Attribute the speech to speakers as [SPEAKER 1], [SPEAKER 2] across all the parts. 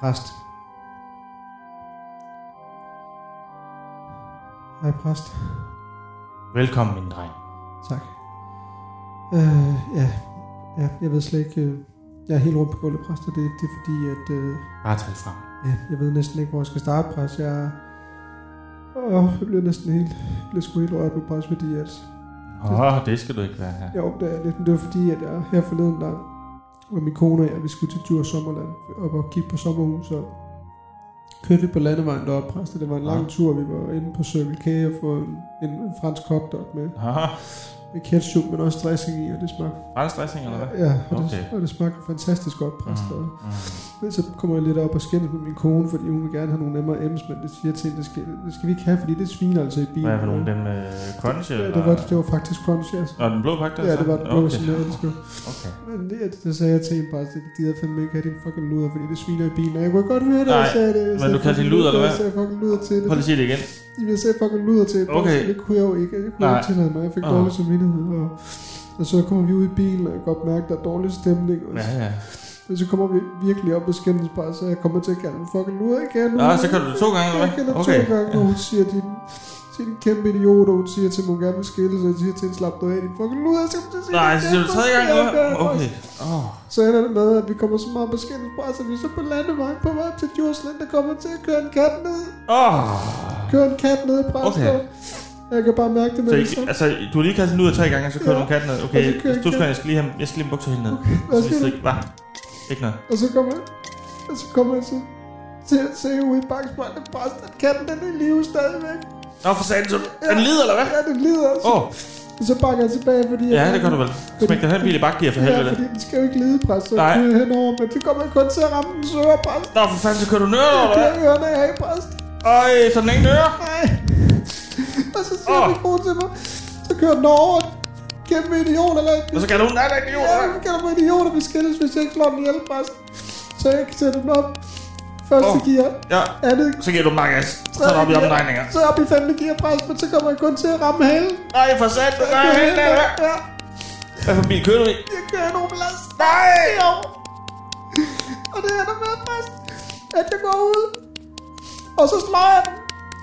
[SPEAKER 1] Præst. Hej præst.
[SPEAKER 2] Velkommen, min dreng.
[SPEAKER 1] Tak. Øh, ja, ja, jeg ved slet ikke... Øh, jeg er helt rundt på gulvet, præst, og det, det er fordi, at... Øh,
[SPEAKER 2] Bare træd frem.
[SPEAKER 1] ja, jeg ved næsten ikke, hvor jeg skal starte, præst. Jeg, er- åh, jeg bliver næsten helt... Jeg bliver sgu helt rørt nu, præst, fordi at...
[SPEAKER 2] Åh, oh, det skal du ikke være her.
[SPEAKER 1] Jeg opdager lidt, men det var fordi, at jeg her forleden der var min kone og jeg, vi skulle til Djurs Sommerland op og kigge på sommerhus, og kørte vi på landevejen deroppe, præst, og det var en lang
[SPEAKER 2] Ja.
[SPEAKER 1] tur, vi var inde på Circle K og få en, en, en fransk hotdog med,
[SPEAKER 2] Åh,
[SPEAKER 1] med ketchup, men også dressing i, og det smagte,
[SPEAKER 2] fransk dressing, eller hvad?
[SPEAKER 1] ja, og det,
[SPEAKER 2] Okay.
[SPEAKER 1] og det smagte fantastisk godt, præst, og
[SPEAKER 2] Mm.
[SPEAKER 1] men så kommer jeg lidt op og skændes med min kone, fordi hun vil gerne have nogle M&M's, men det siger jeg til hende, det skal, det skal vi ikke have, fordi det sviner altså i bilen.
[SPEAKER 2] mm. Hvad er for nogle? Den med crunch,
[SPEAKER 1] Ja,
[SPEAKER 2] øh, eller?
[SPEAKER 1] det var, det var faktisk crunch, altså.
[SPEAKER 2] Og den blå pakke,
[SPEAKER 1] Ja, det var det blå,
[SPEAKER 2] okay.
[SPEAKER 1] som jeg elskede.
[SPEAKER 2] okay.
[SPEAKER 1] Men det, det, det sagde jeg til hende bare, at det gider fandme ikke have din fucking luder, fordi det sviner i bilen. Og jeg kunne godt høre det,
[SPEAKER 2] Nej,
[SPEAKER 1] jeg sagde det. Jeg
[SPEAKER 2] men
[SPEAKER 1] sagde
[SPEAKER 2] du kaldte
[SPEAKER 1] fucking
[SPEAKER 2] hende luder, eller
[SPEAKER 1] Jeg
[SPEAKER 2] hvad?
[SPEAKER 1] sagde fucking luder til det.
[SPEAKER 2] Prøv lige at sige det igen.
[SPEAKER 1] Jeg sagde fucking luder til det.
[SPEAKER 2] Okay.
[SPEAKER 1] Det kunne jeg jo ikke. Jeg kunne
[SPEAKER 2] Nej.
[SPEAKER 1] ikke tillade mig. Jeg fik
[SPEAKER 2] Åh.
[SPEAKER 1] dårlig samvittighed. Og, og så kommer vi ud i bilen, og jeg kan godt mærke, at der er dårlig stemning. Og,
[SPEAKER 2] Ja, ja.
[SPEAKER 1] og så kommer vi virkelig op og skændes bare, så jeg kommer til at kalde dem fucking luder. Jeg kalder
[SPEAKER 2] Nå, så kan du det to gange, eller
[SPEAKER 1] jeg
[SPEAKER 2] hvad?
[SPEAKER 1] kalder
[SPEAKER 2] Okay.
[SPEAKER 1] to gange, og hun siger, din, siger, din kæmpe idiot, og hun siger til, at hun gerne vil skille, så jeg siger til hende, slap dig af, din fucking luder. Så kommer jeg til at sige,
[SPEAKER 2] Nej,
[SPEAKER 1] "Din
[SPEAKER 2] så siger du
[SPEAKER 1] kæmpe
[SPEAKER 2] tredje gang, eller hvad?
[SPEAKER 1] idiot."
[SPEAKER 2] Okay. Åh.
[SPEAKER 1] Så ender det med, at vi kommer så meget forskelligt fra, så vi er så på landevejen på vej til Djursland, der kommer til at køre en kat ned.
[SPEAKER 2] Åh.
[SPEAKER 1] Køre en kat ned i Præstø.
[SPEAKER 2] Okay.
[SPEAKER 1] Okay. Jeg kan bare mærke det med
[SPEAKER 2] Så
[SPEAKER 1] det
[SPEAKER 2] ikke,
[SPEAKER 1] samme.
[SPEAKER 2] altså, du har lige kastet den ud af tre gange, og så kører
[SPEAKER 1] Ja.
[SPEAKER 2] du en kat ned.
[SPEAKER 1] Og
[SPEAKER 2] Okay,
[SPEAKER 1] så kører
[SPEAKER 2] du
[SPEAKER 1] jeg
[SPEAKER 2] skal, jeg skal lige have, jeg skal lige have en bukser helt ned.
[SPEAKER 1] Hvad
[SPEAKER 2] altså, Så
[SPEAKER 1] skal
[SPEAKER 2] lige
[SPEAKER 1] du?
[SPEAKER 2] ikke, hvad? Ikke noget.
[SPEAKER 1] Og så kommer jeg, og så kommer jeg så til at se ud i bagspejlet Præstø, at katten den er i live stadigvæk.
[SPEAKER 2] Nå, for satan, så den lider, eller hvad?
[SPEAKER 1] Ja, den lider også.
[SPEAKER 2] Åh,
[SPEAKER 1] Og så bakker jeg tilbage, fordi...
[SPEAKER 2] ja, det gør du vel. Smæk den her bil i bakgear for
[SPEAKER 1] Ja,
[SPEAKER 2] helvede.
[SPEAKER 1] fordi den skal jo ikke lide præst, så
[SPEAKER 2] Nej.
[SPEAKER 1] kører jeg henover, men det kommer jeg kun til at ramme den søre præst.
[SPEAKER 2] Nå, for fanden, så kører du ned, eller
[SPEAKER 1] Det
[SPEAKER 2] hvad?
[SPEAKER 1] er ørerne af præst.
[SPEAKER 2] Øj, så den ikke nører.
[SPEAKER 1] Nej. og så siger
[SPEAKER 2] Åh.
[SPEAKER 1] oh. min kone til mig, så kører den over. Kæmpe idiot, eller
[SPEAKER 2] Og så kan du, nej, der er ikke
[SPEAKER 1] Ja,
[SPEAKER 2] jord.
[SPEAKER 1] vi kalder mig idiot, og vi skilles, hvis jeg ikke slår den ihjel først. Så jeg kan sætte den op. Første oh.
[SPEAKER 2] Åh.
[SPEAKER 1] gear,
[SPEAKER 2] Ja,
[SPEAKER 1] andet,
[SPEAKER 2] så giver du dem mange Så er der op i
[SPEAKER 1] gear,
[SPEAKER 2] omdrejninger.
[SPEAKER 1] Så op i femte gear, præst, men så kommer jeg kun til at ramme halen.
[SPEAKER 2] Nej, for sat, du gør jeg helt der. hvad?
[SPEAKER 1] Ja,
[SPEAKER 2] Hvad for bil kører du i?
[SPEAKER 1] jeg kører en oblast.
[SPEAKER 2] Nej!
[SPEAKER 1] Jo. Og det ender med, præst, at jeg går ud. Og så slår jeg den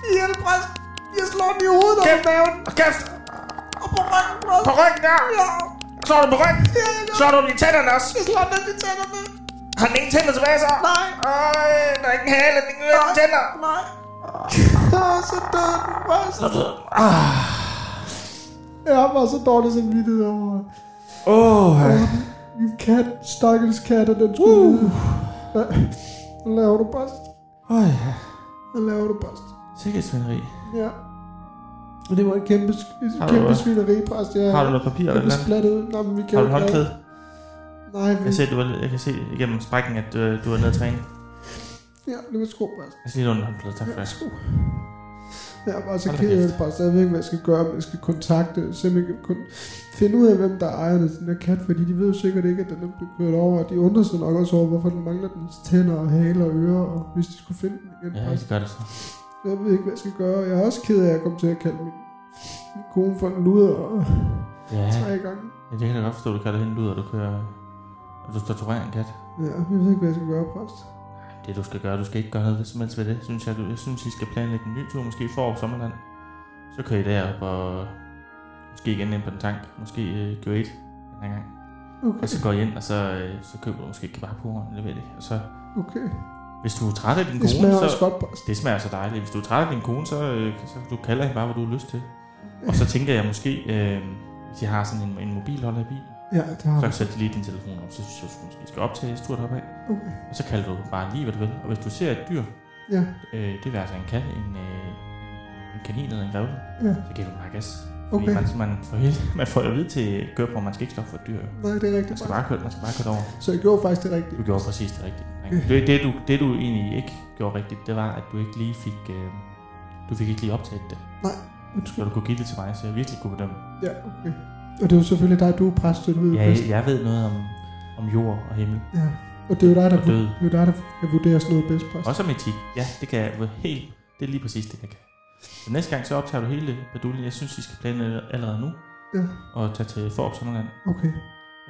[SPEAKER 1] ihjel, præst. Jeg slår den i hovedet og
[SPEAKER 2] Kæft, maven. Og kæft.
[SPEAKER 1] og på ryggen, præst.
[SPEAKER 2] På ryggen der.
[SPEAKER 1] Ja,
[SPEAKER 2] Slår du på ryggen?
[SPEAKER 1] ja, jeg gør.
[SPEAKER 2] Slår du den i tænderne også?
[SPEAKER 1] Jeg slår den i tænderne.
[SPEAKER 2] Har den ingen tænder tilbage så?
[SPEAKER 1] Nej.
[SPEAKER 2] Øj, der er ingen hale, den ingen øre, tænder.
[SPEAKER 1] Nej. Ah, så døde den først.
[SPEAKER 2] Ah.
[SPEAKER 1] Jeg var så dårlig samvittighed over
[SPEAKER 2] Åh, oh,
[SPEAKER 1] min kat, stakkels kat, og den skulle uh. Hvad hvad laver du først?
[SPEAKER 2] Øj, ja.
[SPEAKER 1] Hvad laver du først?
[SPEAKER 2] Sikkerhedsvinderi.
[SPEAKER 1] Ja. Og det var en kæmpe, en
[SPEAKER 2] Har du-
[SPEAKER 1] kæmpe svineri, præst. Jeg,
[SPEAKER 2] Har du noget papir
[SPEAKER 1] jeg
[SPEAKER 2] eller
[SPEAKER 1] blev
[SPEAKER 2] noget?
[SPEAKER 1] splattet ud. Nå, men vi kan
[SPEAKER 2] Har du
[SPEAKER 1] jo
[SPEAKER 2] et
[SPEAKER 1] ikke-
[SPEAKER 2] håndklæde?
[SPEAKER 1] Nej, vi...
[SPEAKER 2] Jeg, ser, du er, jeg kan se igennem sprækken, at øh, du er nede at træne.
[SPEAKER 1] Ja, det var sko, præst.
[SPEAKER 2] Jeg skal lige låne et håndklæde, tak for det.
[SPEAKER 1] sko. Jeg er bare så
[SPEAKER 2] Hold da
[SPEAKER 1] ked af
[SPEAKER 2] kæft.
[SPEAKER 1] det, præst. Jeg ved ikke, hvad jeg skal gøre, men jeg skal kontakte, simpelthen kun finde ud af, hvem der ejer den der kat, fordi de ved jo sikkert ikke, at den er blevet kørt over, og de undrer sig nok også over, hvorfor den mangler dens tænder og hale og ører, og hvis de skulle finde den igen,
[SPEAKER 2] Ja,
[SPEAKER 1] ja.
[SPEAKER 2] det gør det så.
[SPEAKER 1] Jeg ved ikke, hvad jeg skal gøre, jeg er også ked af, at jeg kom til at kalde min, min kone for en luder og
[SPEAKER 2] Ja,
[SPEAKER 1] tre gange.
[SPEAKER 2] ja det kan jeg godt forstå, du kalder hende ud, og du kører... Og du torturerer en kat.
[SPEAKER 1] Ja, jeg ved ikke, hvad jeg skal gøre, præst.
[SPEAKER 2] Det du skal gøre, du skal ikke gøre noget som helst ved det, synes jeg. Du, jeg synes, I skal planlægge en ny tur, måske forår sommerland. Så kører I derop og måske igen ind på den tank. Måske øh, gør I et den her gang.
[SPEAKER 1] Okay,
[SPEAKER 2] Og så går I ind, og så, øh, så køber du måske kebab på hånden, det ved jeg ikke. Og så,
[SPEAKER 1] okay.
[SPEAKER 2] hvis du er træt af din
[SPEAKER 1] Det
[SPEAKER 2] kone,
[SPEAKER 1] smager
[SPEAKER 2] så...
[SPEAKER 1] også godt, præst.
[SPEAKER 2] Det smager så dejligt. Hvis du er træt af din kone, så, øh, så kan du kalder hende bare, hvor du har lyst til. Og så tænker jeg måske, øh, hvis jeg har sådan en, en mobilholder i bilen,
[SPEAKER 1] Ja, det har
[SPEAKER 2] så
[SPEAKER 1] jeg.
[SPEAKER 2] sæt lige din telefon op, så synes jeg, du måske skal optage stort op af.
[SPEAKER 1] Okay.
[SPEAKER 2] Og så kalder du bare lige, hvad du vil. Og hvis du ser et dyr,
[SPEAKER 1] Ja,
[SPEAKER 2] øh, det vil altså en kat, en, øh, en kanin eller en grævle,
[SPEAKER 1] ja.
[SPEAKER 2] så giver du bare gas. Fordi
[SPEAKER 1] Okay.
[SPEAKER 2] man, man, får, helt- man får at vide til køreprøver, man skal ikke stoppe for et dyr. jo.
[SPEAKER 1] Nej, det er
[SPEAKER 2] Man
[SPEAKER 1] rigtigt, præst.
[SPEAKER 2] skal Altså, bare Mm. køre, man skal bare køre det over.
[SPEAKER 1] Så jeg gjorde faktisk det rigtige.
[SPEAKER 2] Du gjorde præcis det rigtige.
[SPEAKER 1] Øhm.
[SPEAKER 2] Ikke? Det, det, du, det du egentlig ikke gjorde rigtigt, det var, at du ikke lige fik, øh, du fik ikke lige optaget det. Så
[SPEAKER 1] Undskyld.
[SPEAKER 2] du kunne give det til mig, så jeg virkelig kunne bedømme.
[SPEAKER 1] Ja, okay. Og det er jo selvfølgelig dig, du er præst, du ved
[SPEAKER 2] Ja,
[SPEAKER 1] bedst.
[SPEAKER 2] jeg, jeg ved noget om, om jord og himmel
[SPEAKER 1] ja. Og det er jo dig, der,
[SPEAKER 2] og
[SPEAKER 1] det
[SPEAKER 2] død.
[SPEAKER 1] er jo dig, der kan vurdere sådan noget bedst, præst.
[SPEAKER 2] Også om etik. Ja, det kan jeg helt. Det er lige præcis det, jeg kan. Så næste gang, så optager du hele baduljen. Jeg synes, I skal planlægge allerede nu
[SPEAKER 1] Ja,
[SPEAKER 2] og tage til Forop Sommerland.
[SPEAKER 1] okay.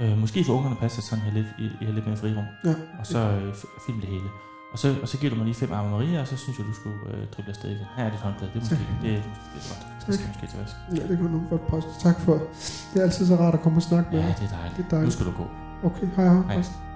[SPEAKER 2] Øh, måske for ungerne passer sådan, at I har lidt, I, I har lidt mere frirum.
[SPEAKER 1] Ja.
[SPEAKER 2] Og så øh, f- film det hele. Og så, og så giver du mig lige fem arme Maria, og så synes jeg, du skulle øh, drible afsted igen. Her er dit håndklæde. Det er måske, det er, det er godt. Det skal måske til vask.
[SPEAKER 1] Ja, det kunne nogen godt poste. Tak for. Det er altid så rart at komme og snakke med
[SPEAKER 2] Ja,
[SPEAKER 1] dig.
[SPEAKER 2] det er dejligt.
[SPEAKER 1] Det er dejligt.
[SPEAKER 2] Nu skal du gå.
[SPEAKER 1] Okay, hej hej.
[SPEAKER 2] Hej.
[SPEAKER 1] Post.